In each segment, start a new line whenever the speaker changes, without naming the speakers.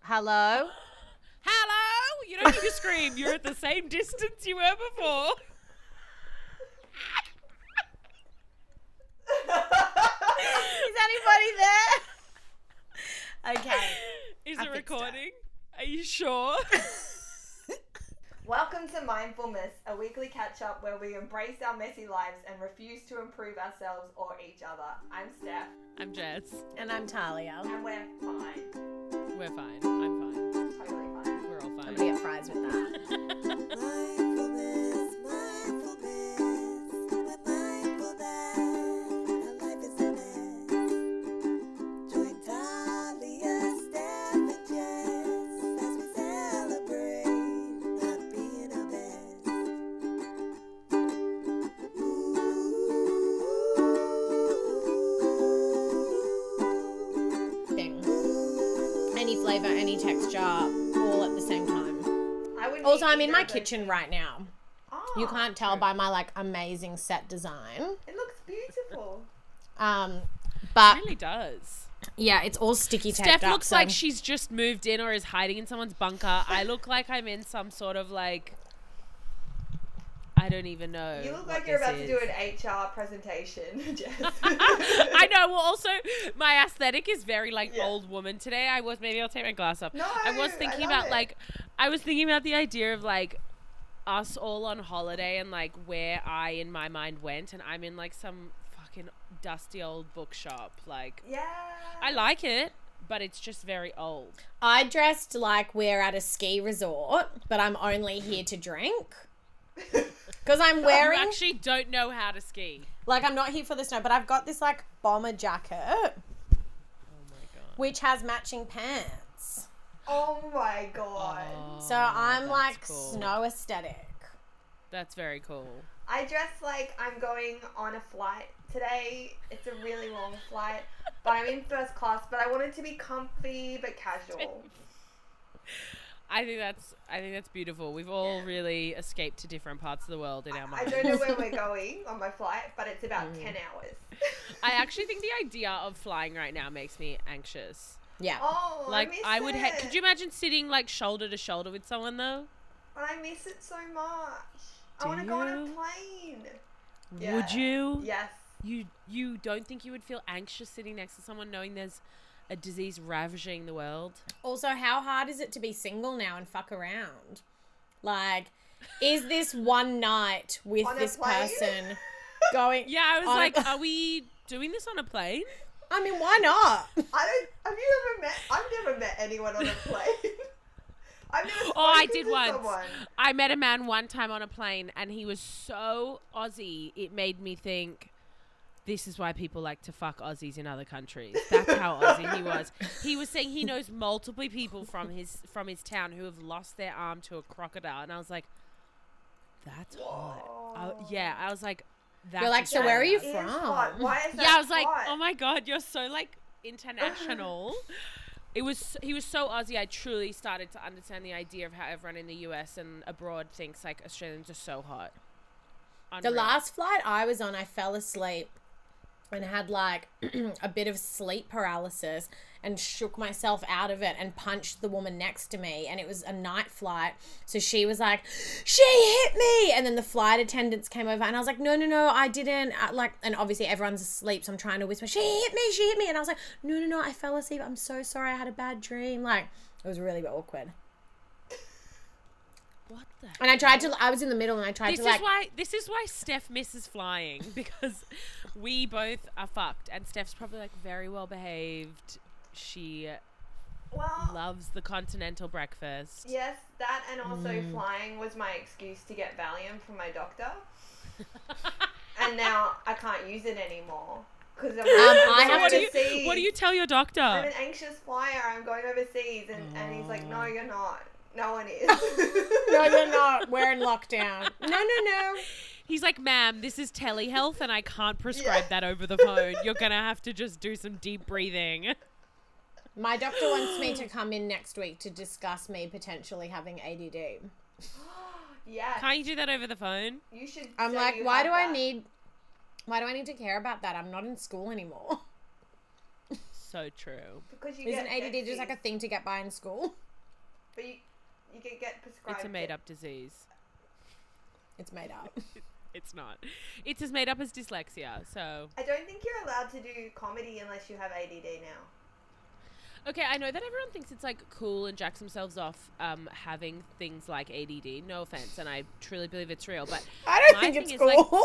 Hello?
Hello! You don't need to scream. You're at the same distance you were before.
Is anybody there? Okay.
Is
I
it
fixed it.
recording? Are you sure?
Welcome to Mindfulness, a weekly catch up where we embrace our messy lives and refuse to improve ourselves or each other. I'm Steph,
I'm Jess.
And I'm Talia.
and we're fine.
We're fine. I'm fine.
Totally fine.
We're all
I'm
fine.
gonna get fries with that.
Mindfulness, mindfulness, we're mindful that our life is a mess. Join Talia, Steph, and Jess as we celebrate not being our best.
Any flavour, any texture, all at the same time.
I wouldn't
Also,
eat
I'm in
either
my
of those.
kitchen right now.
Ah,
You can't tell by my like amazing set design.
It looks beautiful.
Um, but
It really does.
yeah, it's all sticky taped
Steph
up,
looks
so-
like she's just moved in or is hiding in someone's bunker. I look like I'm in some sort of like. I don't even know.
You look
what
like you're
this
about to do
is.
an HR presentation, Jess.
I know. Well, also, my aesthetic is very like
Yeah.
old woman today. I was maybe I'll take my glass off.
No,
I was
I
thinking
love
about
it.
like, I was thinking about the idea of like us all on holiday and like where I in my mind went, and I'm in like some fucking dusty old bookshop. Like,
Yeah.
I like it, but it's just very old.
I dressed like we're at a ski resort, but I'm only here to drink. Because I'm
I
wearing,
Oh, actually don't know how to ski.
like, I'm not here for the snow, but I've got this, like, bomber jacket,
Oh my
which has matching pants.
oh my god.
So I'm,
Oh, that's
like,
cool.
snow aesthetic.
That's very cool.
I dress like I'm going on a flight today. It's a really long flight, but I'm in first class, but I want it to be comfy but casual.
I think that's I think that's beautiful. We've all really escaped to different parts of the world in our
I
minds.
don't know where we're going on my flight, but it's about 10 hours.
I actually think the idea of flying right now makes me anxious.
Yeah.
Oh, I
Like
miss
I, would. Ha-
it.
could you imagine sitting like shoulder to shoulder with someone though?
But I miss it so much. I
Do
want to go on a
you?
plane.
Would
Yeah.
you?
Yes.
You you don't think you would feel anxious sitting next to someone knowing there's a disease ravaging the world?
Also, how hard is it to be single now and fuck around? Like, is this one night with
On a
this
plane?
person going?
Yeah, I was
On a-
like, are we doing this on a plane?
I mean, why not?
I don't. Have you ever met? I've never met anyone on a plane. I've never.
Oh, I
spoken
did
to
once.
Someone.
I met a man one time on a plane, and he was so Aussie, it made me think. This is why people like to fuck Aussies in other countries. That's how Aussie he was. He was saying he knows multiple people from his from his town who have lost their arm to a crocodile, and I was like, "That's hot." I- yeah, I was like, "That's."
like, "So where are
Australia."
you
It is hot.
From.
Why is that
Yeah, I was like,
hot?
"Oh my god, you're so like international." it was he was so Aussie. I truly started to understand the idea of how everyone in the U.S. and abroad thinks like Australians are so hot.
The
Unreal.
last flight I was on, I fell asleep and had like a bit of sleep paralysis and shook myself out of it and punched the woman next to me. And it was a night flight. So she was like, She hit me. And then the flight attendants came over and I was like, No, no, no, I didn't. I, like, and obviously everyone's asleep. So I'm trying to whisper, She hit me. She hit me. And I was like, No, no, no, I fell asleep. I'm so sorry. I had a bad dream. Like, it was really awkward.
what the.
And I tried to, I was in the middle and I tried
This
to like,
is why this is why Steph misses flying because we both are fucked, and Steph's probably like very well behaved. She
Well,
loves the continental breakfast.
yes, that and also
Mm.
flying was my excuse to get Valium from my doctor, and now I can't use it anymore because um,
I
So
have
what do
to
you what do you tell your doctor?
I'm an anxious flyer. I'm going overseas, and, and he's like, no, you're not. No one is.
Oh. No, you're not. We're in lockdown. No, no, no.
He's like, ma'am, this is telehealth and I can't prescribe that over the phone. You're going to have to just do some deep breathing.
My doctor wants me to come in next week to discuss me potentially having ADD.
yeah,
Can't you do that over the phone?
you should.
I'm
say
like,
you
why
have
do I
that."
need why do I need to care about that? I'm not in school anymore.
so true.
Because you
Isn't
get
ADD just
jet
like a
feet,
thing to get by in school?
But you, you can get prescribed.
It's a
it.
made up disease.
It's made up.
It's not. It's as made up as dyslexia. So
I don't think you're allowed to do comedy unless you have ADD now.
okay, I know that everyone thinks it's like cool and jacks themselves off um, having things like ADD. No offense, and I truly believe it's real, but
I don't
My
think
thing
it's
is,
cool.
like,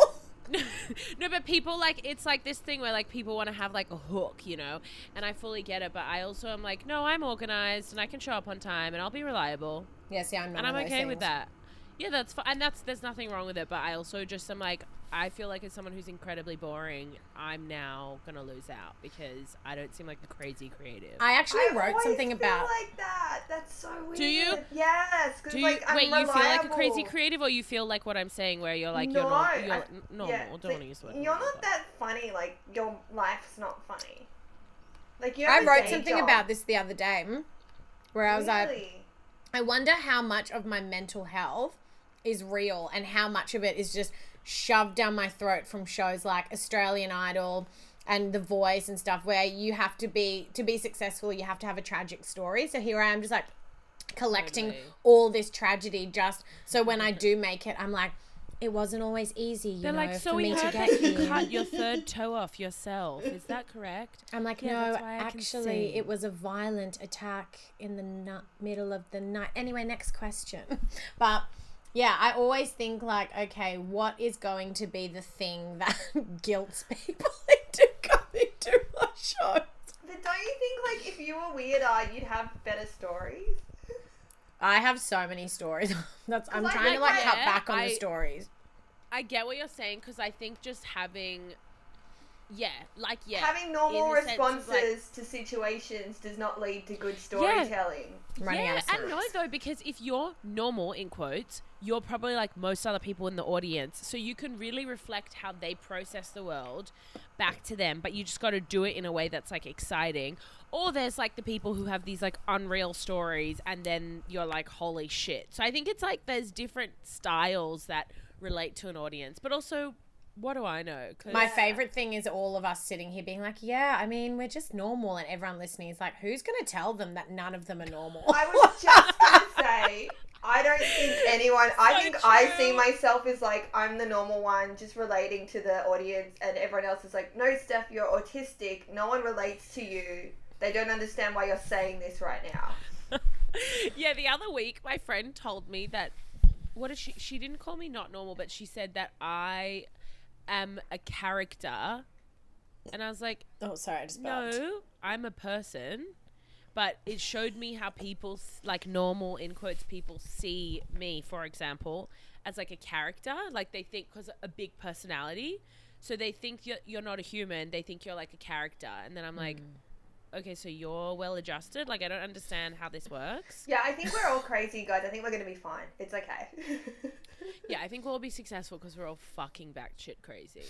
no, but people like it's like this thing where like people want to have like a hook, you know. And I fully get it, but I also am like, no, I'm organized and I can show up on time and I'll be reliable
yeah, see, I'm not.
and I'm
one of
okay
those
with
things.
that. Yeah, that's fine. And that's there's nothing wrong with it, but I also just am like, I feel like as someone who's incredibly boring, I'm now gonna lose out because I don't seem like the crazy creative.
I actually
I
wrote
always
something
feel
about.
like that. That's so weird.
Do you?
Yes. 'cause,
do you
like, I'm
wait? You feel like a crazy
reliable.
creative, or you feel like what I'm saying, where you're like
No,
you're not,
I-
you're n- normal.
Yeah,
Don't
like,
want to use the word
You're
normal,
not
but-
that funny. Like your life's not funny. Like you.
I
Have a
wrote
day
something
job.
about this the other day, mm, where I was like,
Really?
I wonder how much of my mental health is real and how much of it is just shoved down my throat from shows like Australian Idol and The Voice and stuff, where you have to be to be successful, you have to have a tragic story. So here I am, just like collecting
Totally.
all this tragedy, just so when I do make it, I'm like. It wasn't always easy, you
They're
know,
like, so
for
we
me to
heard
get
that you
here."
cut your third toe off yourself. Is that correct?
I'm like,
Yeah,
no,
that's why I can
actually,
sing."
it was a violent attack in the nu- middle of the night. Anyway, next question. but yeah, I always think like, okay, what is going to be the thing that guilts people into coming to my show?
But don't you think like if you were weirder, you'd have better stories?
I have so many stories. That's I'm
Like,
trying to like
like,
cut
yeah,
back on
I-
the stories.
I get what you're saying because I think just having, yeah, like yeah,
Having normal
in the sense
responses
of, like-
to situations does not lead to good storytelling.
I'm running
yeah,
out of stories.
and no though because if you're normal in quotes, you're probably like most other people in the audience, so you can really reflect how they process the world back to them. But you just got to do it in a way that's like exciting. Or there's like the people who have these like unreal stories, and then you're like, holy shit. So I think it's like there's different styles that relate to an audience, but also. What do I know? 'Cause-
My favorite thing is all of us sitting here being like, yeah, I mean, we're just normal. And everyone listening is like, who's going to tell them that none of them are normal?
I was just gonna say, I don't think anyone. I
So
think I see
true.
myself as like I'm the normal one, just relating to the audience, and everyone else is like, "No, Steph, you're autistic. No one relates to you. They don't understand why you're saying this right now."
yeah, the other week, my friend told me that. What is she? She didn't call me not normal, but she said that I am a character, and I was like,
Oh, sorry, I just burped.
no, I'm a person. But it showed me how people, s- like normal in quotes, people see me, for example, as like a character. Like they think because a big personality, so they think you're you're not a human. They think you're like a character, and then I'm like, okay, so you're well adjusted. Like I don't understand how this works.
Yeah, I think we're all crazy, guys. I think we're gonna be fine. It's okay.
Yeah, I think we'll all be successful because we're all fucking back shit crazy.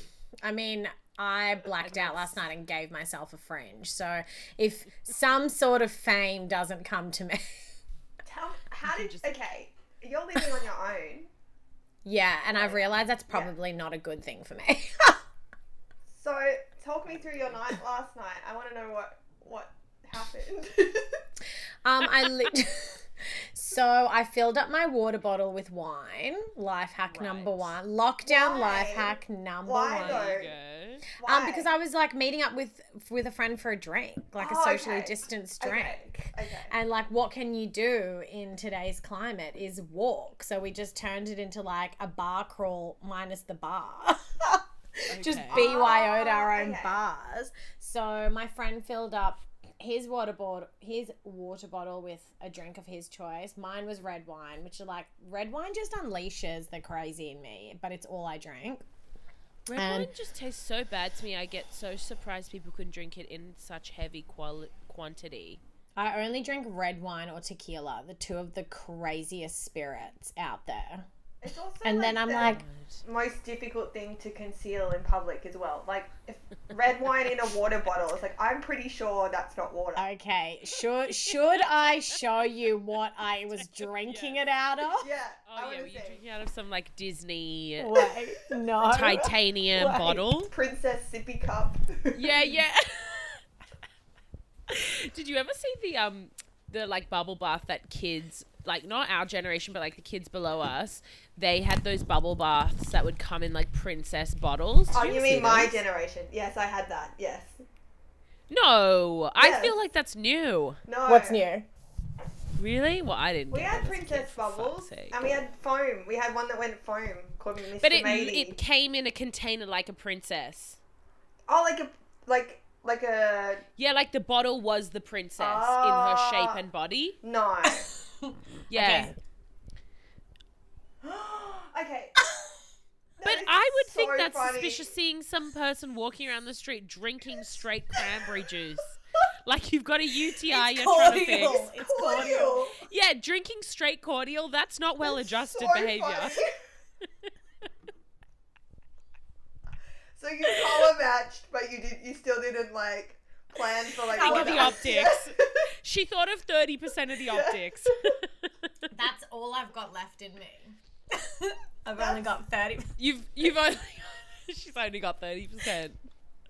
I mean, I blacked out last night and gave myself a fringe. So if some sort of fame doesn't come to me,
Tell, how did
Just-
okay? You're living on your own,
yeah, and I've realized that's probably not a good thing for me.
so talk me through your night last night. I want to know what what happened.
um, I lit. so I filled up my water bottle with wine. Life hack number one.
Right.
Lockdown
Why?
life hack number
Why
one.
though?
There you go.
Why?
Um, because I was like meeting up with with a friend for a drink, like
Oh,
a socially
okay.
distanced
Okay,
drink.
okay.
And like, what can you do in today's climate is walk. So we just turned it into like a bar crawl minus the bar. Just
Okay.
BYO'd our
Ah,
own
okay.
bars. So my friend filled up his water bottle, his water bottle with a drink of his choice. Mine was red wine, which are like red wine just unleashes the crazy in me, but it's all I drank.
Red
And-
wine just tastes so bad to me. I get so surprised people can drink it in such heavy quali- quantity.
I only drink red wine or tequila, the two of the craziest spirits out there.
It's also
And then I'm
the
like,
most difficult thing to conceal in public as well. Like if red wine in a water bottle, it's like I'm pretty sure that's not water.
Okay, should should I show you what I was drinking it out of?
yeah,
Oh
I
yeah,
want
were
to
you
say
drinking out of some like Disney
Wait, no.
titanium
Wait.
bottle?
princess sippy cup.
Yeah, yeah. Did you ever see the um the like bubble bath that kids like not our generation but like the kids below us they had those bubble baths that would come in like princess bottles. Did
Oh,
ever
you
see
mean my
those?
generation? Yes, I had that. Yes.
No, I
Yes.
feel like that's new.
No.
What's new?
Really? Well, I didn't.
We
get
had
that as a kid,
princess
for fuck's
bubbles
sake.
and we had foam. We had one that went foam called Mr.
But it
Matey.
it came in a container like a princess.
oh, like a like like a
Yeah, like the bottle was the princess in her
Ah.
shape and body.
no.
Yeah.
Okay.
okay.
But I would think that's suspicious seeing some person walking around the street drinking straight cranberry juice. Like you've got a UTI you're trying to fix.
Cordial. It's cordial.
Cordial.
Yeah, drinking straight cordial, that's not well adjusted
So
behavior.
funny. so you color matched, but you did you still didn't like plan for like
Think
what
of the
else-
optics.
Yeah.
She thought of 30% of the optics.
That's all I've got left in me. I've only got 30.
you've you've only she's only got 30%.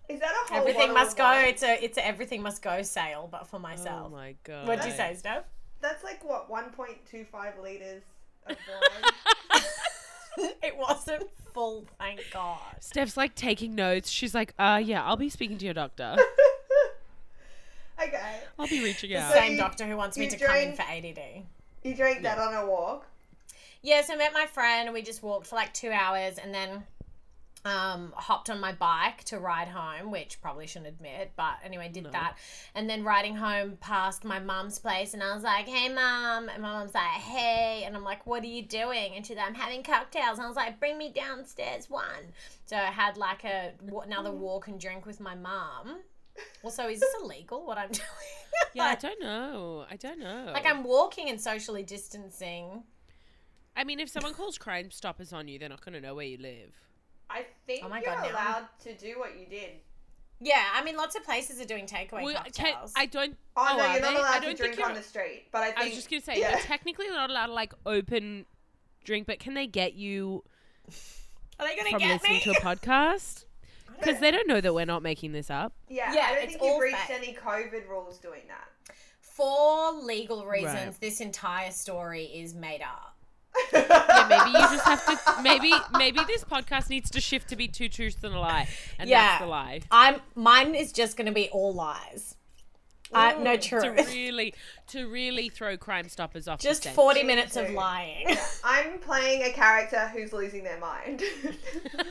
Is that a whole
Everything
bottle
must
of
go.
wine?
It's a, it's a everything must go sale, but for
Oh
myself.
my god.
What'd you say, Steph?
That's like what 1.25 liters of wine.
it wasn't full, thank God.
Steph's like taking notes. She's like, uh yeah, I'll be speaking to your doctor.
okay.
I'll be reaching out.
Same
you-
doctor who wants me
you
to come in
drank-
for ADD.
You drank that on a walk.
Yeah, so I met my friend. We just walked for like two hours and then um, hopped on my bike to ride home, which probably shouldn't admit, but anyway, did that. And then riding home past my mum's place, and I was like, hey, mum. And my mum's like, hey. And I'm like, what are you doing? And she's like, I'm having cocktails. And I was like, bring me downstairs one. So I had like a wa- another
Mm.
walk and drink with my mum. Also, is this illegal what I'm doing?
Yeah, I
like,
don't know. I don't know.
like, I'm walking and socially distancing.
I mean, if someone calls Crime Stoppers on you, they're not going to know where you live.
I think
Oh my
you're
God, now.
allowed to do what you did.
Yeah, I mean, lots of places are doing takeaway
Well, te-
cocktails.
I don't.
Oh, no,
are
you're not
they? I
allowed
don't
to
think
drink
you're-
on the street. But I think
I was just going to say,
yeah.
you're technically not allowed to like open drink, but can they get you
Are they gonna
from
get
listening
me?
to a podcast? Because they don't know that we're not making this up.
yeah,
Yeah,
I don't
it's
think
all
you've reached
fake.
any COVID rules doing that.
For legal reasons,
Right.
this entire story is made up.
Yeah, maybe you just have to. Maybe maybe this podcast needs to shift to be two truths and a lie, and
Yeah.
that's the lie.
I'm mine is just gonna be all lies. I no
To
truth.
really, to really throw Crime Stoppers off. the
Just
scent.
forty minutes of
too.
lying.
I'm playing a character who's losing their mind.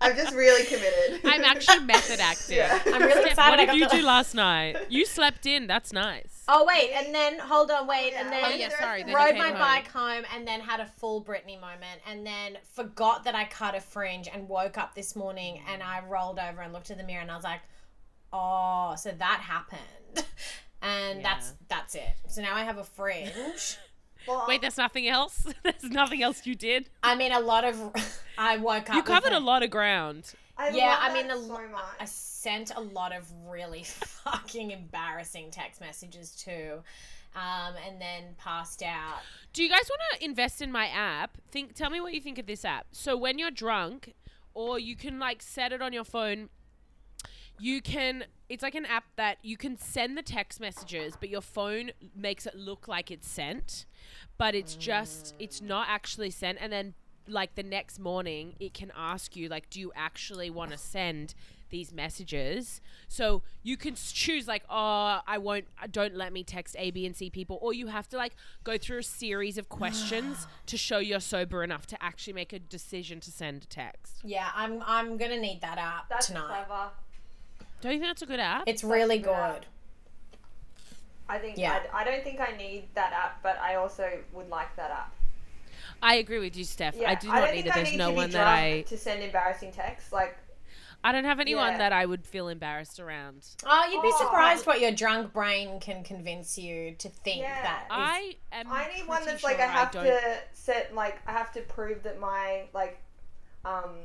I'm just really committed.
I'm actually method acting.
Yeah.
I'm really
Steph,
excited.
what
I
did
got
you
the-
do last night? You slept in. That's nice.
Oh wait, and then hold on, wait,
Yeah.
and then
Oh yeah, sorry. Then you
rode
came
my
home.
bike home and then had a full Britney moment and then forgot that I cut a fringe and woke up this morning and I rolled over and looked in the mirror and I was like, oh, so that happened. And that's that's it. So now I have a fringe.
Well,
Wait, there's nothing else. There's nothing else you did.
I mean, a lot of I woke up.
You
with
covered a lot of ground.
I
yeah,
love
I mean,
that
the-
so much.
I sent a lot of really fucking embarrassing text messages too, um, and then passed out.
Do you guys want to invest in my app? Think. Tell me what you think of this app. So when you're drunk, or you can like set it on your phone. You can. It's like an app that you can send the text messages, but your phone makes it look like it's sent, but it's just it's not actually sent. And then like the next morning, it can ask you like, do you actually want to send these messages? So you can s- choose like, oh, I won't. uh, Don't let me text A, B, and C people. Or you have to like go through a series of questions to show you're sober enough to actually make a decision to send a text.
Yeah, I'm I'm gonna need that app
That's
tonight.
clever.
Don't you think that's a good app?
It's really good.
Yeah. I think
Yeah.
I'd- I, don't think I need that app, but I also would like that app.
I agree with you, Steph.
Yeah,
I do not
don't
need
think
it.
I
There's
need
no
to be
one that
drunk
I.
to send embarrassing texts. Like,
I don't have anyone
Yeah.
that I would feel embarrassed around.
Oh, you'd be
Oh.
surprised what your drunk brain can convince you to think
Yeah.
that. is-
I am.
I need one
pretty
that's like
sure
I have
don't-
to set like I have to prove that my like um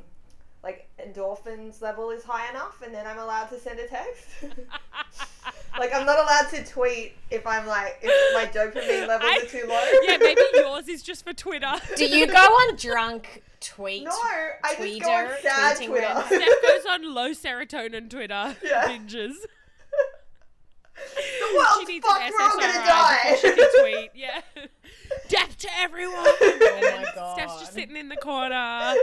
like endorphins level is high enough and then I'm allowed to send a text. like I'm not allowed to tweet if I'm like if my dopamine levels
I-
are too low.
yeah, maybe yours is just for Twitter.
Do you go on drunk tweet?
No, I just go on
Tweeter,
sad
tweeting
Twitter.
random
Steph goes on low serotonin Twitter
Yeah.
binges.
The world's
she needs
fucked.
an
We're all gonna
SSRI
die.
before she can tweet. Yeah. Death to everyone.
Oh
And
my god.
Steph's just sitting in the corner.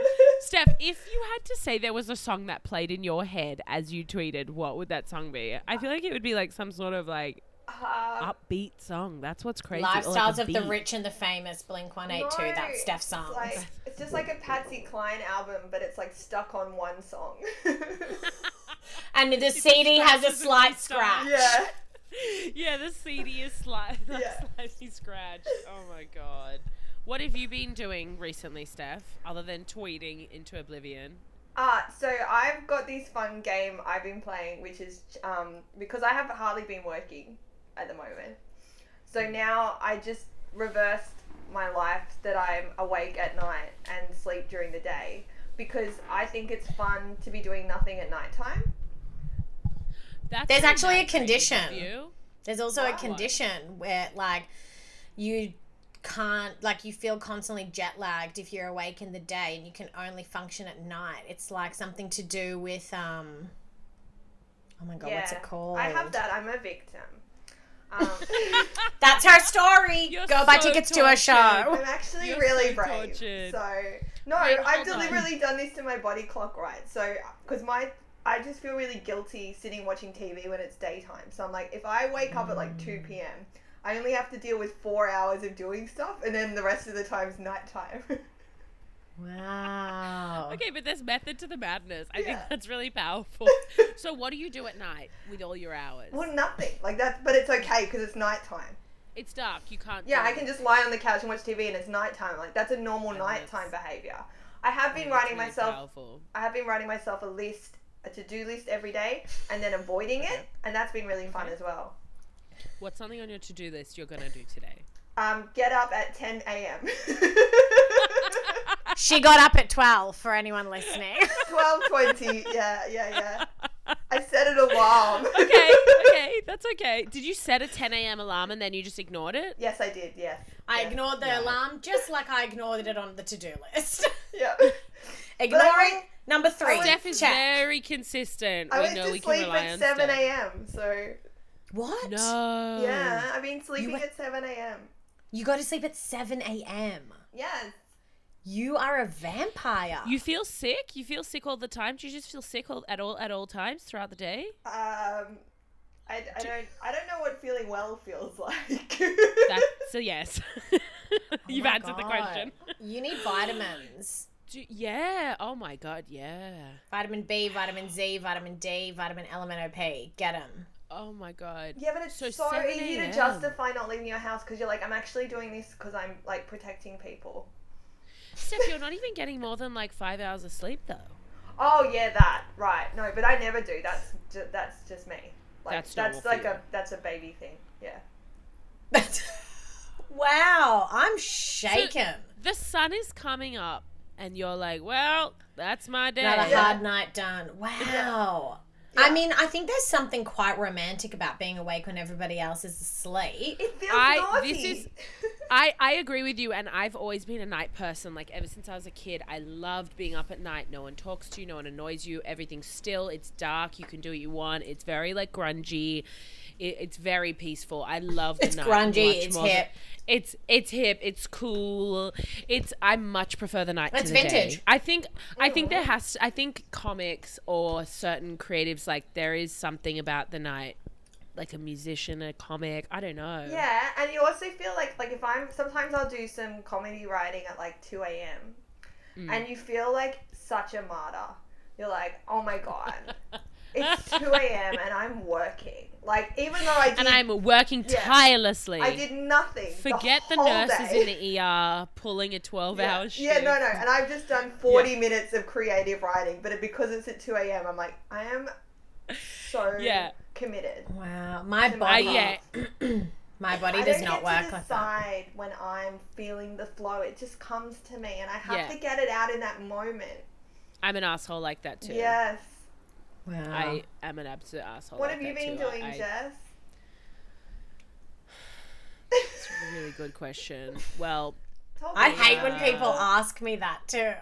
Steph, if you had to say there was a song that played in your head as you tweeted, what would that song be? I feel like it would be like some sort of like
Uh,
upbeat song. That's what's crazy. Or, like, a
Lifestyles of the
beat.
Rich and the Famous, Blink 182.
no,
that's Steph's
it's
songs.
Like, it's just like a Patsy Cline album, but it's like stuck on one song.
and the
just
CD has a
scratches and
slight
restarts.
scratch.
yeah.
yeah, the CD is sli- like
Yeah.
slightly scratched. Oh my god. What have you been doing recently, Steph, other than tweeting into oblivion?
Uh, so I've got this fun game I've been playing, which is um, because I have hardly been working at the moment. So
Mm.
now I just reversed my life that I'm awake at night and sleep during the day because I think it's fun to be doing nothing at nighttime.
That's
There's
not
actually a
that creative
condition.
of you.
There's also a
Wow.
condition where, like, you can't, like, you feel constantly jet lagged if you're awake in the day and you can only function at night. It's like something to do with, um, oh my god, what's it called?
I have that. I'm a victim. Um,
That's her story.
You're
Go buy
so
tickets to her show.
tortured.
I'm actually
You're
really
so
brave.
tortured.
So no,
Wait,
I've
hold on.
deliberately done this to my body clock, right? So because my I just feel really guilty sitting watching TV when it's daytime. So I'm like, if I wake up at like two p.m., I only have to deal with four hours of doing stuff, and then the rest of the time's nighttime.
Wow.
Okay, but there's method to the madness. I think
Yeah.
that's really powerful. so, what do you do at night with all your hours?
well, nothing like that, but it's okay because it's nighttime.
It's dark. You can't.
Yeah,
do
I can just lie on the couch and watch TV, and it's nighttime. Like that's a normal
Yeah, that's-
nighttime behavior. I have been
It's
writing
really
myself
Powerful.
I have been writing myself a list, a to-do list every day, and then avoiding it, and that's been really fun as well.
What's something on your to-do list you're gonna do today?
Um, get up at 10 a.m.
She got up at 12 for anyone listening.
12:20. Yeah, yeah, yeah. I set an alarm.
okay, okay, that's okay. Did you set a 10 a.m. alarm and then you just ignored it?
yes, I did. Yes.
I
Yeah.
ignored the
Yeah.
alarm just like I ignored it on the to do list.
Yeah.
Ignoring number three.
I
Steph is
Check.
very consistent.
I
we
went
know
to
we can
sleep
rely
at
on
7
Steph.
a.m. So
What?
No.
yeah, I've been sleeping
went-
at 7 a.m.
You got to sleep at 7 a.m.
Yes.
You are a vampire.
You feel sick? You feel sick all the time? Do you just feel sick all, at all at all times throughout the day?
Um, I, I don't I don't know what feeling well feels like.
That's a yes.
Oh
You've
Oh my
answered the question.
you need vitamins
Do, yeah. Oh my god. Yeah.
vitamin B, vitamin Z, vitamin D, vitamin Element OP. Get them.
Oh my god.
Yeah, but it's
So
so,
7
easy to
a.m..
justify not leaving your house because you're like, I'm actually doing this because I'm like protecting people.
Steph, you're not even getting more than like five hours of sleep though.
Oh yeah, that right. No, but I never do. That's ju- that's just me. Like,
That's
that's
normal for
like
you.
a that's a baby thing. Yeah.
wow, I'm shaken.
The sun is coming up, and you're like, "Well, that's my day."
Another
Yeah.
hard night done. Wow. I mean, I think there's something quite romantic about being awake when everybody else is asleep.
It feels
I-
naughty.
this is- I, I agree with you, and I've always been a night person. Like, ever since I was a kid, I loved being up at night. No one talks to you, no one annoys you. Everything's still, it's dark, you can do what you want. It's very, like, grungy. It, it's very peaceful. I love the
It's
night.
grungy,
much
it's
more than-
hip.
It's it's hip. It's cool. It's I much prefer the night. to
It's
the day.
vintage.
I think I think there has. I think comics or certain creatives like there is something about the night, like a musician, a comic. I don't know.
yeah, and you also feel like like if I'm sometimes I'll do some comedy writing at like 2 a.m.
Mm.
and you feel like such a martyr. You're like, oh my god, it's 2 a.m. and I'm working. Like even though I did,
and I'm working
Yeah.
tirelessly.
I did nothing.
Forget the,
whole
nurses
day.
in the ER pulling a 12
yeah.
hour shift.
Yeah, no, no. And I've just done 40 minutes of creative writing, but it, because it's at 2 a.m., I'm like, I am so
Yeah.
committed.
Wow, my
I-
I,
body,
yeah,
my body
I
does
don't
not
get to
work like that.
decide when I'm feeling the flow. It just comes to me, and I have
Yeah.
to get it out in that moment.
I'm an asshole like that too.
Yes.
Wow.
I am an absolute asshole.
What
like
have you
that
been
too. I-
doing,
I-
Jess?
It's a really good question. Well,
Talk
I
to me.
hate when people ask me that too.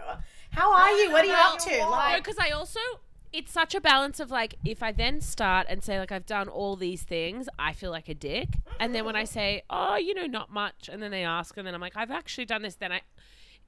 How are you? What are you
Well,
up to?
well,
no,
Like,
because I also it's such a balance of like if I then start and say like I've done all these things, I feel like a dick. And then when I say, "Oh, you know, not much," and then they ask and then I'm like, "I've actually done this," then I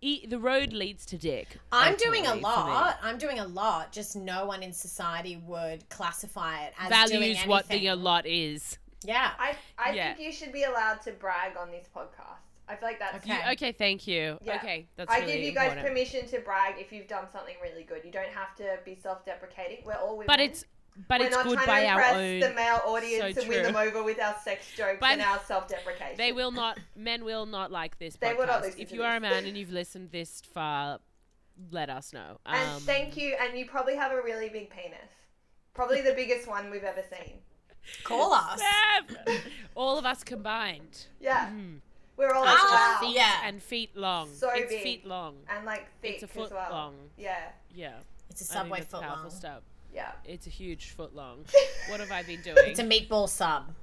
e the road leads to dick.
I'm doing a
ultimately, for me.
lot. I'm doing a lot. Just no one in society would classify it as doing
Values what the
anything.
a lot is.
Yeah.
I, I
Yeah.
think you should be allowed to brag on this podcast. I feel like that's.
Okay.
You- okay, thank you.
Yeah.
Okay, that's
I
really
give you guys
important.
permission to brag if you've done something really good. You don't have to be self-deprecating. We're all women.
But it's but
We're
it's
not
good
trying
by
to
our
impress
own.
the male audience
So
and win them
true.
over with our sex jokes
By
and
the-
our self-deprecation.
They will not. Men will not like this.
They
podcast.
will not listen
If
to
you are a
this.
man and you've listened this far, let us know. Um,
And thank you. And you probably have a really big penis. Probably the biggest one we've ever seen.
Call us.
Bev! All of us combined.
Yeah,
Mm.
we're all like,
It's
Ah,
just
wow.
feet
yeah.
and feet long.
So
it's
big.
feet long.
And like thick
It's a
as
foot
well.
long.
Yeah,
Yeah.
It's a
I think
Subway
that's
foot
powerful
long.
stuff.
yeah.
It's a huge foot long. what have I been doing?
It's a meatball sub.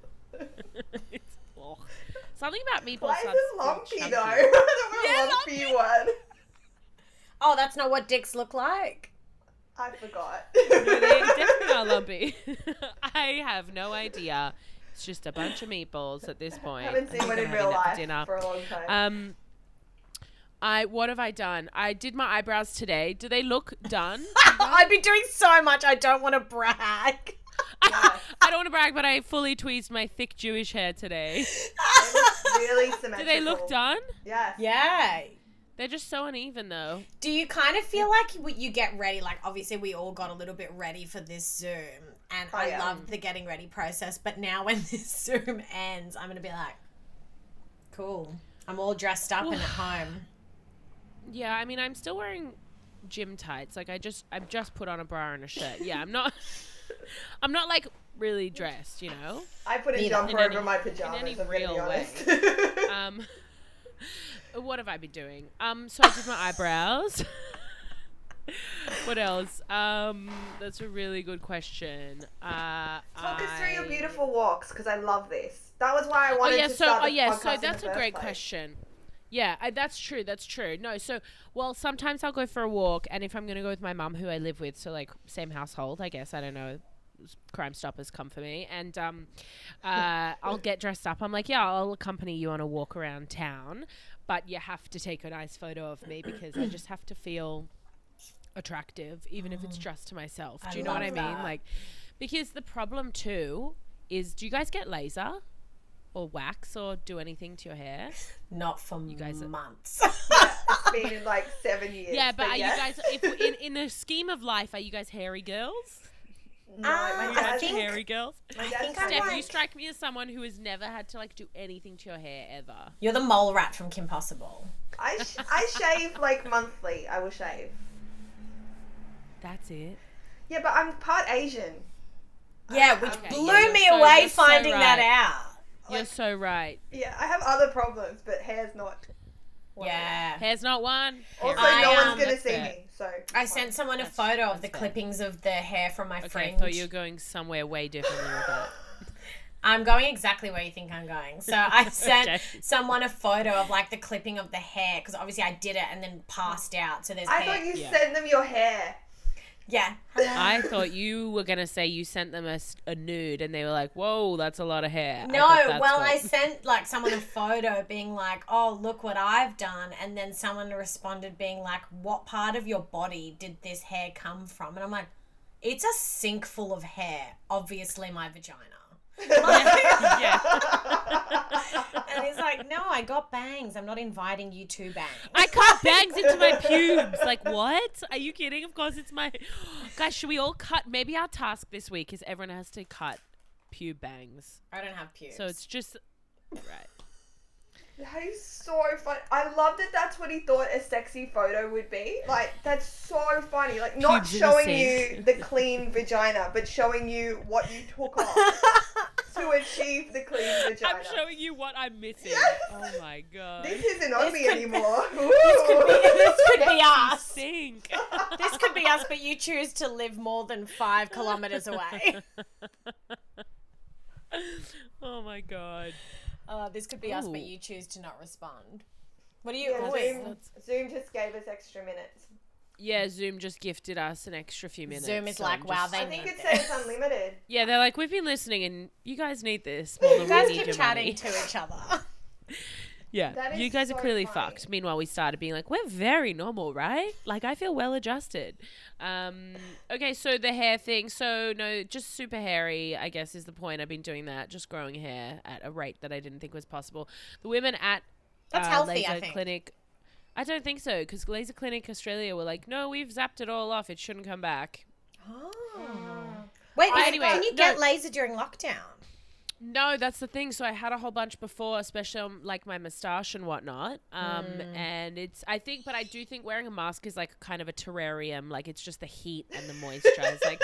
It's- ugh. Something about meatball
Why is
subs
it
feel
lumpy
chunky.
though? I don't want
Yeah,
a lumpy one.
Oh, that's not what dicks look like.
I forgot.
No, they definitely are lumpy. I have no idea. It's just a bunch of meatballs at this
I
point.
haven't
I'm
seen one in
having
real
that for
life for a long time.
Um, I what have I done? I did my eyebrows today. Do they look done?
I've been doing so much. I don't want to brag.
Yeah.
I don't want to brag, but I fully tweezed my thick Jewish hair today.
They look really symmetrical.
Do they look done?
Yes.
yeah.
They're just so uneven, though.
Do you kind of feel like you- you get ready? Like, obviously, we all got a little bit ready for this Zoom, and
Oh,
I
yeah.
loved the getting ready process. But now, when this Zoom ends, I'm gonna be like, cool. I'm all dressed up and at home.
Yeah, I mean, I'm still wearing gym tights. Like, I just I've just put on a bra and a shirt. Yeah, I'm not. I'm not like really dressed, you know.
I put a
Neither.
In
jumper
any-
over my
in
pajamas.
any
I'm gonna be
real way.
honest.
Um, what have I been doing? Um, so I did my eyebrows. what else? Um, that's a really good question. Uh,
Talk us through your
I-
beautiful walks because I love this. That was why I
Oh
wanted
yeah,
to
so
start
oh
this
yeah,
podcast
so
in the
that's a
first
great
place.
question. Yeah, I, that's true. That's true. No, so well, sometimes I'll go for a walk, and if I'm gonna go with my mum, who I live with, so like same household, I guess. I don't know. Crime Stoppers come for me, and um, uh, I'll get dressed up. I'm like, yeah, I'll accompany you on a walk around town, but you have to take a nice photo of me because I just have to feel attractive, even if it's just to myself.
Mm. I
Do you know what I
love
mean?
that.
Like, because the problem too is, do you guys get laser? Or wax or do anything to your hair.
Not for
guys are-
months.
It's been like seven years.
Yeah, but are
yes.
you guys if in in the scheme of life, are you guys hairy girls?
No, my
Um,
dad-
I think-
hairy girls.
my
I
dad's
think I
kind of-
Steph, you
like-
strike me as someone who has never had to like do anything to your hair ever.
You're the mole rat from Kim Possible.
I, sh- I shave like monthly. I will shave.
That's it.
Yeah, but I'm part Asian.
Yeah, which
Okay,
blew
yeah, you're
me
so-
away
you're so
finding that
right.
out.
You're so right.
Yeah, I have other problems, but hair's not. one of them.
Yeah.
Hair's not one.
Also,
I,
no
um,
one's gonna
that's
see
fair.
me, so
I
fine.
sent someone a
That's-
photo of
that's
the
fair.
clippings of the hair from my
Okay, I
fringe.
thought you were going somewhere way different than that.
I'm going exactly where you think I'm going. So I sent
Okay.
someone a photo of like the clipping of the hair because obviously I did it and then passed out. So there's
I
hair.
thought you
Yeah.
sent them your hair.
yeah.
I thought you were gonna say you sent them a, s- a nude, and they were like, "Whoa, that's a lot of hair." I
No,
thought that's
well,
what-
I sent like someone a photo being like, "Oh, look what I've done," and then someone responded being like, "What part of your body did this hair come from?" And I'm like, "It's a sink full of hair, obviously my vagina." And he's like, "No, I got bangs. I'm not inviting you to bangs."
I cut bangs into my pubes. Like, what? Are you kidding? Of course, it's my. Guys, should we all cut? Maybe our task this week is everyone has to cut pube bangs.
I don't have pubes.
So it's just right.
That is so funny. I love that. That's what he thought a sexy photo would be. Like that's so funny. Like not
Pubes in a
showing
sink.
you the clean vagina, but showing you what you took off to achieve the clean vagina.
I'm showing you what I'm missing. Oh my god.
This isn't on
This
me
could-
anymore.
this could be us.
Sink.
This could be us, but you choose to live more than five kilometers away.
oh my god.
Uh, this could be us, but
Ooh.
you choose to not respond. What do you?
Yeah,
always-
Zoom, Zoom just gave us extra minutes.
yeah, Zoom just gifted us an extra few minutes.
Zoom is
so
like,
I'm
wow,
just-
they
I think
need
it
this.
says unlimited.
Yeah, they're like, we've been listening, and you guys need this. More than
You guys
we need
keep
your
chatting
money."
to each other.
Yeah,
That is
you guys
so
are clearly
funny.
fucked. Meanwhile, we started being like, we're very normal, right? Like, I feel well adjusted. Um, okay, so the hair thing. So, no, just super hairy, I guess, is the point. I've been doing that, just growing hair at a rate that I didn't think was possible. The women at
That's
uh,
healthy,
Laser
I think.
Clinic. I don't think so, because Laser Clinic Australia were like, no, we've zapped it all off. It shouldn't come back.
Ah. Wait,
But
is-
anyway,
can you
no.
get laser during lockdown?
No, that's the thing. So I had a whole bunch before, especially on, like my mustache and whatnot. Um,
Mm.
and it's I think, but I do think wearing a mask is like kind of a terrarium. Like it's just the heat and the moisture. like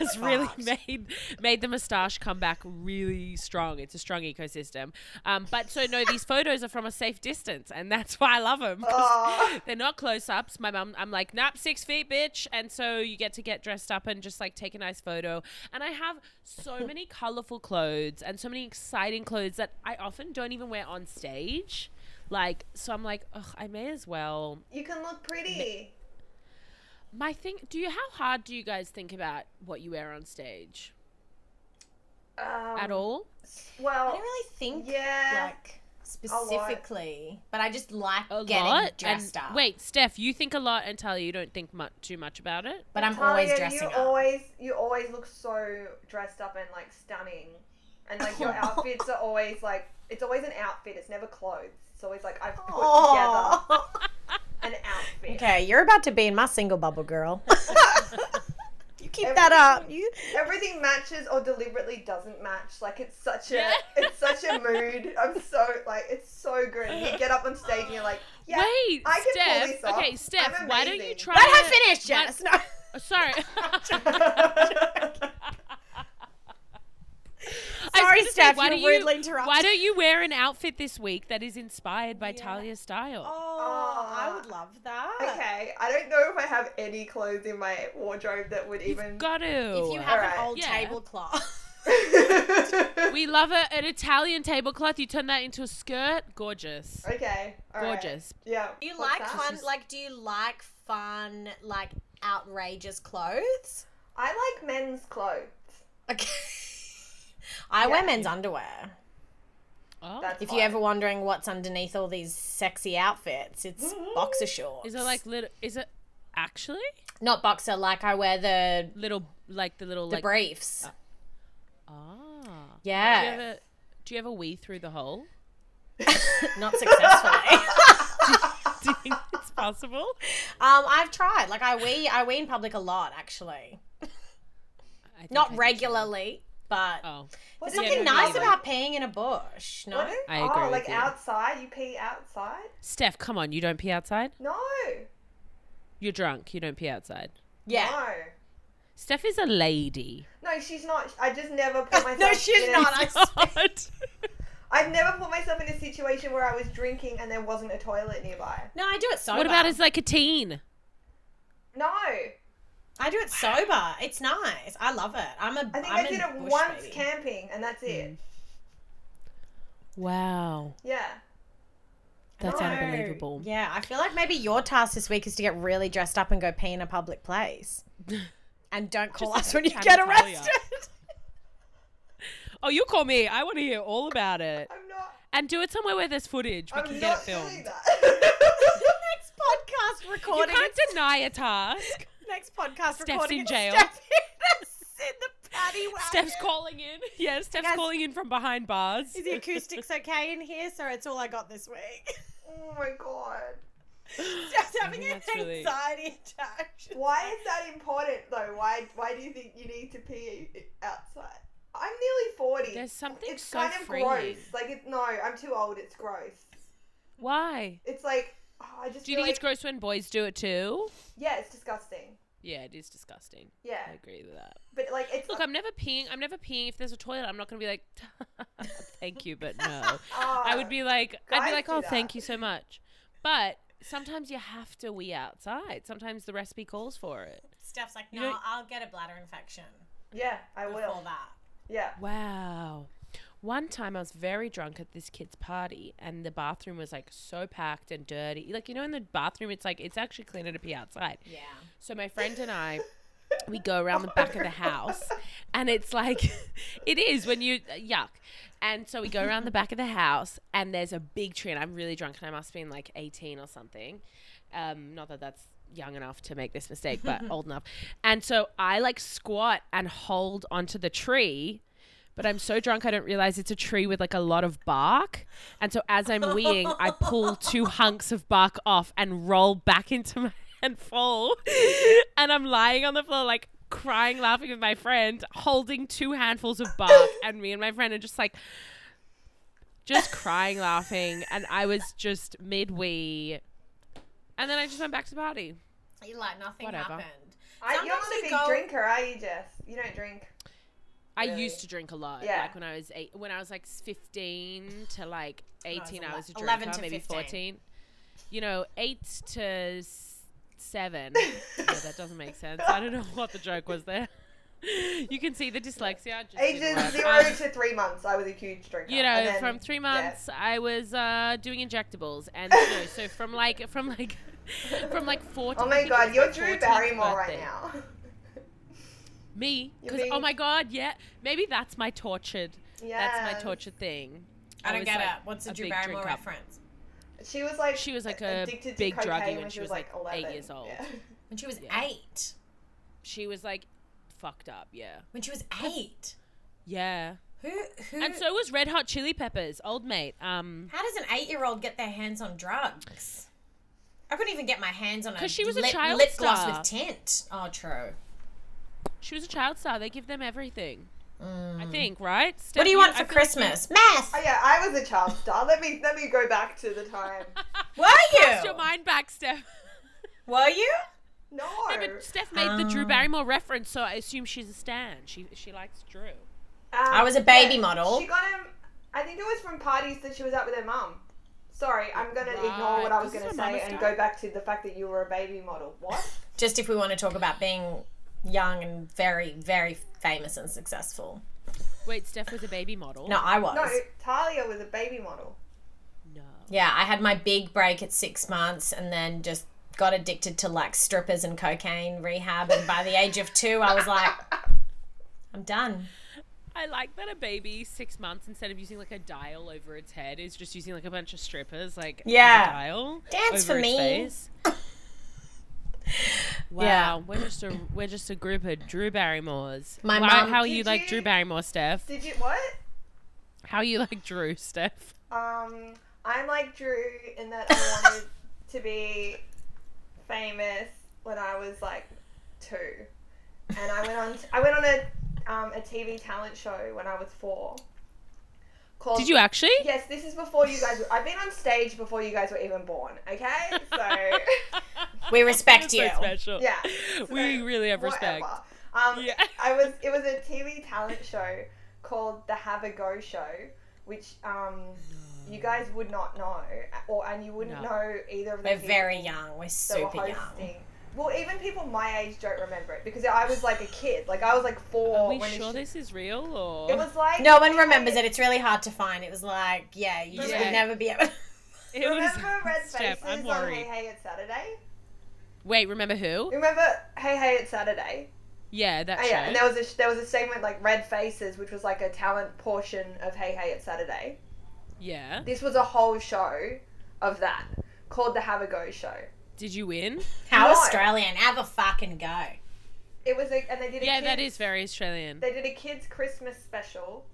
has really made made the mustache come back really strong. It's a strong ecosystem. Um, but so no, these photos are from a safe distance, and that's why I love them.
Aw.
They're not close ups. My mum, I'm like, nap six feet, bitch. And so you get to get dressed up and just like take a nice photo. And I have so many colorful clothes and so many exciting clothes that I often don't even wear on stage. Like, so I'm like, Ugh, I may as well.
You can look pretty.
My thing, do you, how hard do you guys think about what you wear on stage
Um,
at all?
I
Well,
don't really think
yeah.
like specifically, but I just like
A
getting
lot.
dressed
and,
up.
Wait, Steph, you think a lot and Talia, you don't think much, too much about it?
but I'm always
Talia,
dressing
you
up.
always you always look so dressed up and like stunning, and like your outfits are always like it's always an outfit. It's never clothes. It's always like I've put together
Oh.
an outfit.
okay, you're about to be in my single bubble, girl. you keep that up. You
Everything matches or deliberately doesn't match. Like it's such a
Yeah.
it's such a mood. I'm so like it's so good. You get up on stage and you're like, yeah,
Wait,
I can
Steph.
pull this off.
Okay, Steph,
I'm
why don't you
amazing."
try?
let her
to-
finish,
why-
Jess. No.
Oh, Sorry. I was
Sorry,
gonna say,
Steph,
why
you
don't
rudely interrupted.
Why don't you wear an outfit this week that is inspired by Talia's style?
Oh,
I would
love that.
okay, I don't know if I have any clothes in my wardrobe that would
You've
even.
got to.
If you have
Alright.
an old
Yeah.
tablecloth.
we love a, an Italian tablecloth. You turn that into a skirt. Gorgeous.
okay, all right.
Gorgeous.
Yeah.
Do you
what's
like
that?
fun? Like, do you like fun, like outrageous clothes?
I like men's clothes.
Okay. I wear
Yeah.
men's underwear.
Oh.
That's
If
fine.
you're ever wondering what's underneath all these sexy outfits, it's
Mm-hmm.
boxer shorts.
Is it like little? Is it actually
not boxer? Like I wear the
little? Like the little
the
like.
briefs.
Ah. Do you
uh, yeah,
ever? Do you ever wee through the hole?
not successfully.
Do you think it's possible?
um, I've tried. Like I wee, I wee in public a lot actually.
I think I
Not
did.
regularly, but
Oh.
What's
there's nothing
no,
nice
no, no.
about peeing in a bush. No.
What is-
I
oh,
agree with
like
you.
outside? You pee outside?
Steph, come on. You don't pee outside?
No.
You're drunk. You don't pee outside.
Yeah.
No.
Steph is a lady.
No, she's not. I just never put myself.
No, she's
in
not.
A,
I
What?
I've never put myself in a situation where I was drinking and there wasn't a toilet nearby.
No, I do it sober.
what about as like a teen?
No,
I do it sober. It's nice. I love it. I'm a.
I think i
I'm a
did it
bush
once
baby.
camping, and that's it.
Mm.
Wow.
Yeah.
That's
No.
unbelievable.
Yeah, I feel like maybe your task this week is to get really dressed up and go pee in a public place. And don't call
Just
us when you
like
get
Camtalia.
arrested.
Oh, you call me. I want to hear all about it.
I'm not.
And do it somewhere where there's footage. We
I'm
can get it
not doing
filmed.
that.
next podcast
You
recording.
can't deny a task.
next podcast recording.
in
it's
jail.
Steph in us in the paddy wagon.
Steph's calling in. Yeah, Steph's
Guys-
calling in from behind bars.
Is the acoustics okay in here? So it's all I got this week.
oh my god.
Steph's having
think
an
that's really-
anxiety attack. She's-
Why is that important though? Why Why do you think you need to pee outside? I'm nearly forty.
There's something
it's
so
kind of
freeing.
gross. Like it, no, I'm too old. It's gross.
Why?
It's like oh, I just.
Do you
feel
think it's
like-
gross when boys do it too?
Yeah, it's disgusting.
Yeah, it is disgusting.
Yeah,
I agree with that.
but like it's.
Look, I'm never peeing. I'm never peeing. If there's a toilet, I'm not gonna be like, thank you, but no.
ah,
I would be like, I'd
guys
be like,
do
oh,
that."
thank you so much. But sometimes you have to wee outside. Sometimes the recipe calls for it.
Steph's like,
You
no,
don't-
I'll get a bladder infection
Yeah, I
before
will.
that.
Yeah.
Wow. One time I was very drunk at this kid's party and the bathroom was like so packed and dirty. Like, you know, in the bathroom, it's like, it's actually cleaner to pee outside.
Yeah.
So my friend and I, we go around the back of the house, and it's like, it is when you uh, yuck. And so we go around the back of the house, and there's a big tree, and I'm really drunk, and I must have been like 18 or something. Um, not that that's young enough to make this mistake, but old enough. And so I like squat and hold onto the tree. But I'm so drunk, I don't realize it's a tree with like a lot of bark. And so as I'm weeing, I pull two hunks of bark off and roll back into my and fall. and I'm lying on the floor, like crying, laughing with my friend, holding two handfuls of bark. and me and my friend are just like, just crying, laughing. And I was just midway. And then I just went back to the party.
You like nothing
Whatever.
happened.
I, you're
Sometimes
not
you
a big
go-
drinker, are you, Jess? You don't drink.
I
Really?
used to drink a lot,
Yeah.
like when I was eight, when I was like fifteen to like
was
eighteen, I
ele-
was a
11
drinker,
to
maybe
15.
fourteen. You know, eight to s- seven. No, that doesn't make sense. I don't know what the joke was there. You can see the dyslexia. Just didn't
Ages
work.
zero
Um,
to three months, I was a huge drinker.
you know,
And then-
from three
yeah.
months, I was uh, doing injectables, and you know, so from like from like from like four. To
Oh
I
my
think it was
god, you're
my
Drew
14th
Barrymore
birthday.
right now.
Me,
You're
because oh
being-
my god, yeah, maybe that's my tortured. That's my
Yes.
tortured thing.
I don't
was,
get
like,
it. What's the
a
Drew
big
Barrymore
drink up.
reference?
She was like
She was like
a-
a
addicted to
big druggie
cocaine
when she was, like, eight
11.
years old.
Yeah.
When she was
Yeah.
eight.
She was like fucked up, yeah.
When she was eight.
Yeah.
Who? Who?
And so was Red Hot Chili Peppers, old mate. Um
how does an eight-year-old get their hands on drugs? I couldn't even get my hands on a
'Cause she was a
lip,
child
lip gloss
star.
with tint. Oh, true.
she was a child star. They give them everything. I think, right?
Mm. What do you want for Christmas? Meth.
Oh yeah, I was a child star. Let me let me go back to the time.
Were you?
Cast your mind back, Steph.
Were you?
No, Um,
No, but Steph made the Drew
Oh.
Barrymore reference, so I assume she's a stan. She she likes Drew.
Um,
I was a baby model.
She got him. I think it was from parties that she was at with her mum. Sorry, I'm gonna ignore
Right,
what I was
this
gonna
is where
say
mama
and
started.
go back to the fact that you were a baby model. What?
Just if we want to talk about being young and very, very famous and successful.
Wait, Steph was a baby model.
No, I was.
no, Talia was a baby model.
No.
Yeah, I had my big break at six months and then just got addicted to like strippers and cocaine rehab. And by the age of two, I was like, I'm done.
I like that a baby six months instead of using like a dial over its head is just using like a bunch of strippers like as a
Yeah.
dial
Dance for
over its
me.
face. wow,
Yeah.
we're just a we're just a group of Drew Barrymores.
My
wow,
mum-
how are you
Did
like
you-
Drew Barrymore, Steph?
Did you what?
How are you like Drew, Steph?
Um, I'm like Drew in that I wanted to be famous when I was like two, and I went on. I went on a um, a TV talent show when I was four. Called
Did you actually?
Yes, this is before you guys. I've been on stage before you guys were even born. Okay, so
We respect
You're
you.
so special.
yeah,
We really have respect.
whatever. Um,
Yeah.
I was. It was a TV talent show called the Have a Go Show, which um, you guys would not know, or and you wouldn't
No.
know either of the
We're
people
very young. We're
that were
super young.
hosting. Well, even people my age don't remember it because I was like a kid. Like I was like four.
Are we
when it
sure
sh-
this is real or?
It was like
No one remembers it. It's really hard to find. It was like, yeah, you just
Yeah.
would never be able
It was-
Remember Red
Steph,
Faces
I'm
on Hey
worried.
Hey It's Saturday?
Wait, remember who?
Remember Hey Hey It's Saturday?
Yeah, that
Oh,
show.
yeah, and there was a sh- there was a segment like Red Faces, which was like a talent portion of Hey Hey It's Saturday.
yeah.
This was a whole show of that called the Have a Go Show.
Did you win?
How
No.
Australian? Have a fucking go.
It was a, and they did a
Yeah,
kids,
that is very Australian.
they did a kids Christmas special,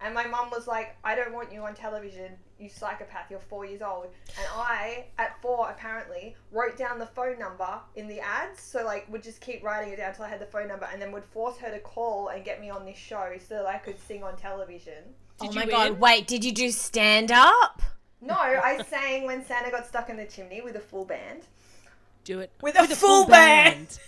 and my mum was like, "I don't want you on television, you psychopath. You're four years old." And I, at four, apparently wrote down the phone number in the ads, so like would just keep writing it down until I had the phone number, and then would force her to call and get me on this show so that I could sing on television.
Did
oh
you
my
win?
god! Wait, did you do stand up?
No, I sang when Santa got stuck in the chimney with a full band.
Do it
With a full band.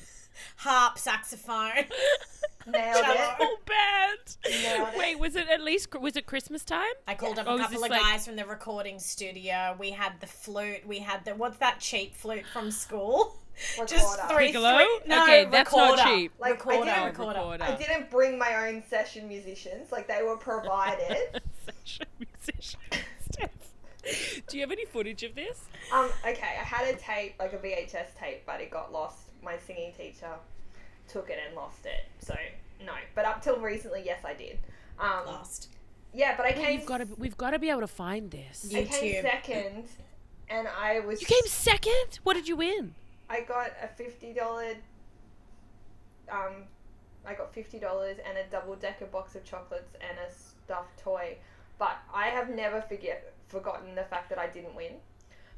Harp, saxophone.
Nailed it.
full band.
Nailed it.
Wait, was it at least was it Christmas time?
I called up
Oh,
a
is
couple
this
of
like-
guys from the recording studio. We had the flute. We had the what's that cheap flute from school? Just
Recorder.
three.
Piccolo?
three no,
Okay, that's not
recorder.
cheap.
Like, I
recorder,
didn't-
recorder.
I didn't bring my own session musicians, like they were provided.
show musician. Steph. Do you have any footage of this?
Um, okay, I had a tape, like a VHS tape, but it got lost. My singing teacher took it and lost it. So, no. But up till recently, yes, I did. Um,
Lost.
Yeah, but I
Well,
came,
you've got to. We've got to be able to find this.
I came
YouTube.
second, and I was.
You came second. What did you win?
I got a fifty dollar. Um, I got fifty dollars and a double decker box of chocolates and a stuffed toy, but I have never forget forgotten the fact that I didn't win,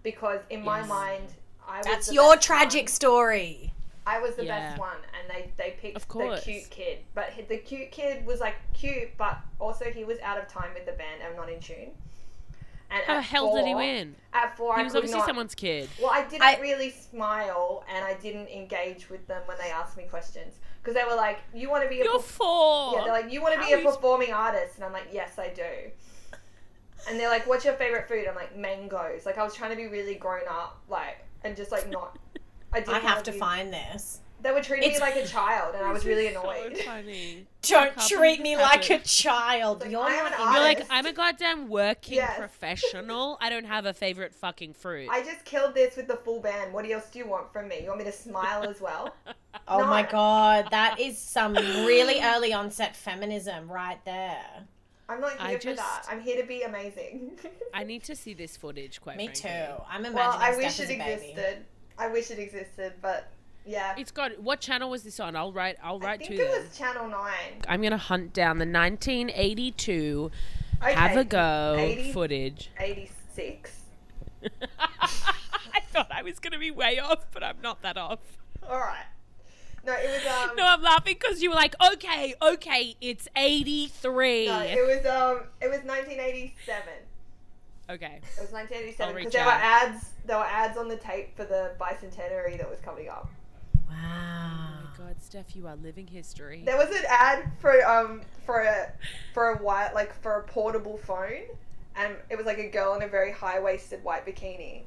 because in my
Yes.
mind I was
That's
the
your
best
tragic
one.
story.
I was the
Yeah.
best one, and they they picked
Of
the
course.
cute kid, but he- the cute kid was like cute, but also he was out of time with the band and not in tune. And
How the
at
hell did he
four-
win?
At four,
He
I
was
could
obviously
not-
someone's kid.
well, I didn't
I-
really smile and I didn't engage with them when they asked me questions because they were like, "You want to be a
You're
perf-
four.
yeah?" They're like, "You want to
How
be a
is-
performing artist?" And I'm like, "Yes, I do." And they're like, "What's your favorite food?" I'm like, "Mangoes." Like I was trying to be really grown up, like and just like not. I didn't
I have
wanna
to
be-
find this.
They were treating
It's-
me like a child, and I was really annoyed.
So funny.
Don't
Can't
treat
believe
me
this
like a
happened.
child.
Like,
You're
I am
not
an
in
You're like,
Honest.
I'm a goddamn working
Yes.
professional. I don't have a favorite fucking fruit.
I just killed this with the full band. What else do you want from me? You want me to smile as well?
Oh
No.
my god, that is some really early onset feminism right there.
I'm not
I
here for that.
just-
I'm here to be amazing.
I need to see this footage, quite
Me too.
frankly.
I'm imagining
Well, I
Steph as
wish it
a baby.
existed. I wish it existed, but yeah.
It's got what channel was this on? I'll write. I'll
I
write to
think it
them.
was Channel 9.
I'm gonna hunt down the 1982
Okay.
have a go
80?
footage.
86.
I thought I was gonna be way off, but I'm not that off.
All right. No, it was um
No, I'm laughing because you were like, okay, okay, it's 83.
no, it was um it was 1987.
okay.
It was 1987
I'll reach
because there were
out.
ads there were ads on the tape for the bicentenary that was coming up.
Wow.
Oh my God, Steph, you are living history.
There was an ad for um for a for a white like for a portable phone, and it was like a girl in a very high waisted white bikini,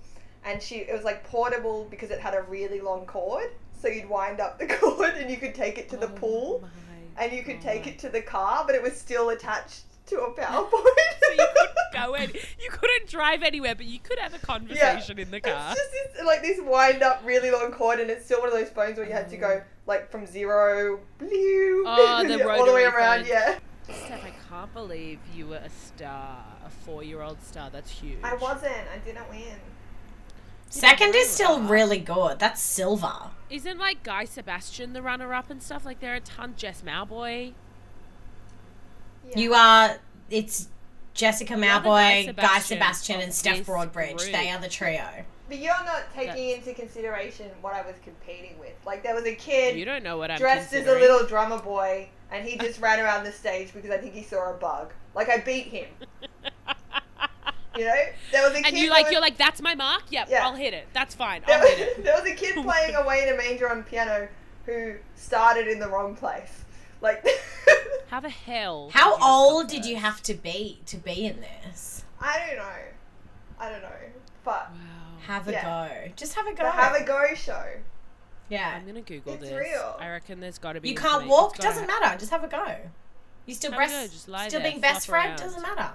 and she it was like portable because it had a really long cord, so you'd wind up the cord and you could take it to the
Oh
pool
my
and you could take
God.
it to the car, but it was still attached to a power point.
so you couldn't go any, you couldn't drive anywhere, but you could have a conversation in the car.
It's just this, like this wind up really long cord, and it's still one of those phones where you had to go like from zero, blew,
Mm. Oh, the
all the
rotary
way around.
phones.
Yeah,
Steph, I can't believe you were a star, a four-year-old star. That's huge.
I wasn't. I didn't win.
Second is still really good. That's silver.
Isn't like Guy Sebastian the runner-up and stuff? Like there are a ton. Jess Malboy.
Yeah.
You are. It's Jessica
other
Malboy,
Guy
Guy
Sebastian
Sebastian, and
of
Steph
this
Broadbridge.
group.
They are the trio.
But you're not taking into consideration what I was competing with. Like there was a kid
You don't know what I'm
dressed as a
considering.
little drummer boy, and he just ran around the stage because I think he saw a bug. Like I beat him. You know, there was a kid.
and you
that
like
was-
you're like "Oh." that's my mark. Yep,
Yeah.
I'll hit it. That's fine.
there
I'll hit it.
was, there was a kid playing away in a manger on piano who started in the wrong place. Like
How the hell?
How
did you
old
come
did
first?
you have to be to be in this?
I don't know, I don't know. But
Wow.
Have a
Yeah.
go. Just have a
the
go.
Have a Go show.
yeah.
I'm gonna Google
It's
this.
real.
I reckon there's got to be.
You
a
can't
link.
walk.
It's gotta
Doesn't
ha-
matter. Just have a go. You still
Have a
breast.
go, just lie
still
there,
being best
flop
friend
around.
doesn't matter.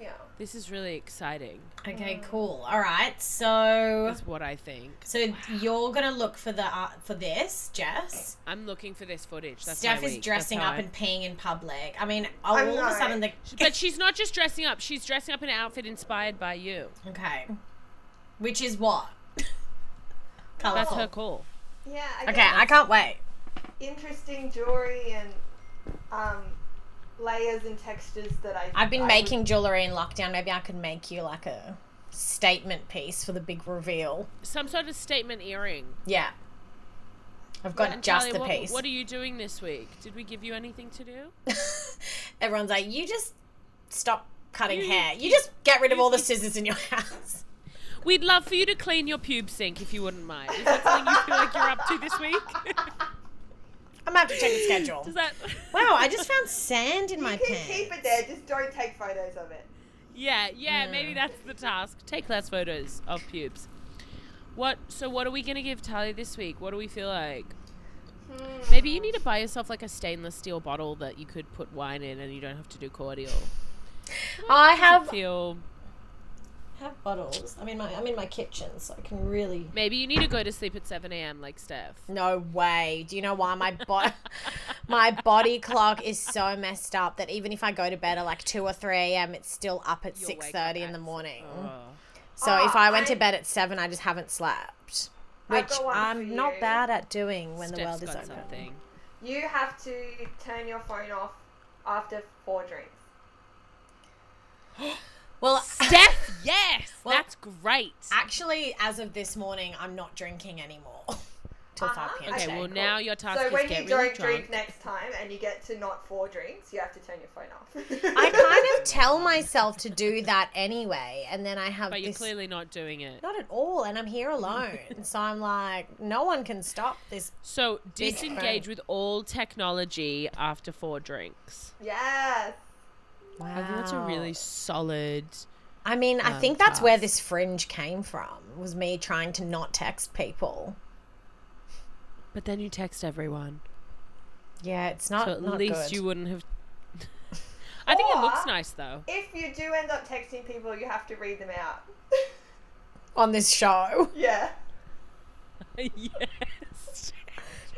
Yeah.
This is really exciting.
Okay. Cool. All right. So.
Is what I think.
So you're gonna look for the uh, for this, Jess.
I'm looking for this footage. That's
Steph
my
is
week. That's
dressing
how
up
I-
and peeing in public. I mean, all
I'm
of a
not.
sudden the
But she's not just dressing up. She's dressing up in an outfit inspired by you.
okay, which is what
That's
colorful.
her call.
Yeah. I
Okay, I can't wait.
interesting jewelry and um, layers and textures that I.
I've been
I
making jewelry in lockdown. Maybe I could make you like a statement piece for the big reveal.
Some sort of statement earring.
Yeah, I've got
And
just
Charlie,
the
what,
piece.
What are you doing this week? Did we give you anything to do?
Everyone's like, you just stop cutting
You-
hair. You just get rid of all the scissors in your house.
We'd love for you to clean your pube sink if you wouldn't mind. Is that something you feel like you're up to this week?
I'm gonna have to check the schedule.
Does that?
Wow, I just found sand in my
You can
pants.
keep it there. Just don't take photos of it.
Yeah, yeah. Maybe that's the task. Take less photos of pubes. What? So what are we gonna give Talia this week? What do we feel like?
Hmm.
Maybe you need to buy yourself like a stainless steel bottle that you could put wine in, and you don't have to do cordial.
I have
feel
have bottles. I'm in my I'm in my kitchen, so I can really.
maybe you need to go to sleep at 7 a.m. like Steph.
No way. Do you know why my body my body clock is so messed up that even if I go to bed at like two or three a.m., it's still up at
You'll
six
wake up
thirty in
at-
the morning.
Oh.
So if
Oh,
I went to
I-
bed at seven, I just haven't slept,
I've
which
got one for
I'm not
you.
bad at doing when the
Steph's
world is
got
open.
something.
You have to turn your phone off after four drinks.
Well,
Steph, yes,
Well-
that's great.
actually, as of this morning, I'm not drinking anymore till
Uh-huh.
five p.m.
Okay,
today.
well now your task
so
is
when you
get
don't
really drunk.
drink next time and you get to not four drinks, you have to turn your phone off.
I kind of tell myself to do that anyway, and then I have
But you're
this.
clearly not doing it.
Not at all, and I'm here alone, so I'm like, no one can stop this.
So
Big
disengage
fan.
with all technology after four drinks.
Yes.
Wow,
I think that's a really solid.
I mean, I
um,
think that's where
task.
this fringe came from. Was me trying to not text people.
But then you text everyone,
Yeah, it's not.
so at
not
least
good.
you wouldn't have. I think it looks
Or-
nice though.
If you do end up texting people, you have to read them out.
on this show.
yeah.
yes.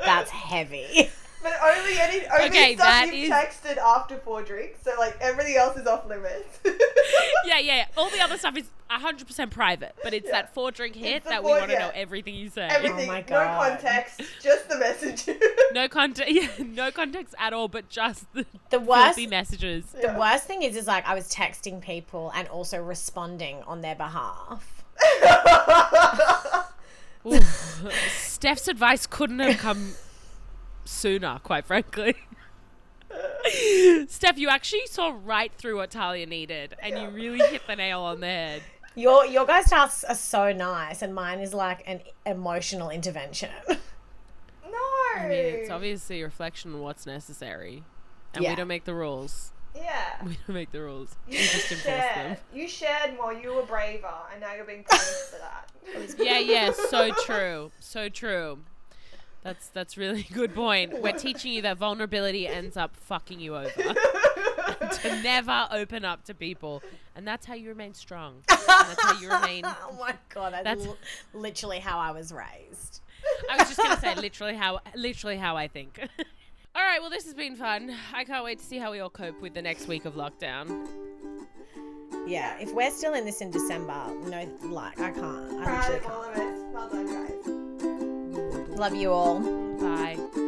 That's heavy.
But only any only
Okay, that
stuff you've
is-
texted after four drinks. So like everything else is off limits.
Oh
Yeah, yeah, yeah. All the other stuff is 100% private, but it's
Yeah.
that four drink hit
the
that we
four-
want to
yeah.
know everything you say.
Everything.
my
No
God.
context. Just the message.
No context, yeah, no context at all, but just the,
The worst.
filthy messages.
The worst thing is, is like I was texting people and also responding on their behalf.
Oof. Steph's advice couldn't have come sooner, quite frankly. Steph, you actually saw right through what Talia needed, and you really hit the nail on the head.
Your your guys' tasks are so nice, and mine is like an emotional intervention.
no.
I mean, it's obviously a reflection on what's necessary, and
Yeah.
we don't make the rules.
Yeah.
We don't make the rules. We
You
just enforce them.
shared. You shared while you were braver, and now you're being punished for that.
Yeah, yeah, so true, so true. That's that's really a good point. We're teaching you that vulnerability ends up fucking you over. to never open up to people, and that's how you remain strong. And that's how you remain.
oh my god, that's,
That's-
l- literally how I was raised.
I was just gonna say literally how literally how I think. all right, well this has been fun. I can't wait to see how we all cope with the next week of lockdown.
Yeah, if we're still in this in December, no, like I can't. I
Proud
literally
of all
can't.
of it. Well done, guys.
Love you all.
Bye.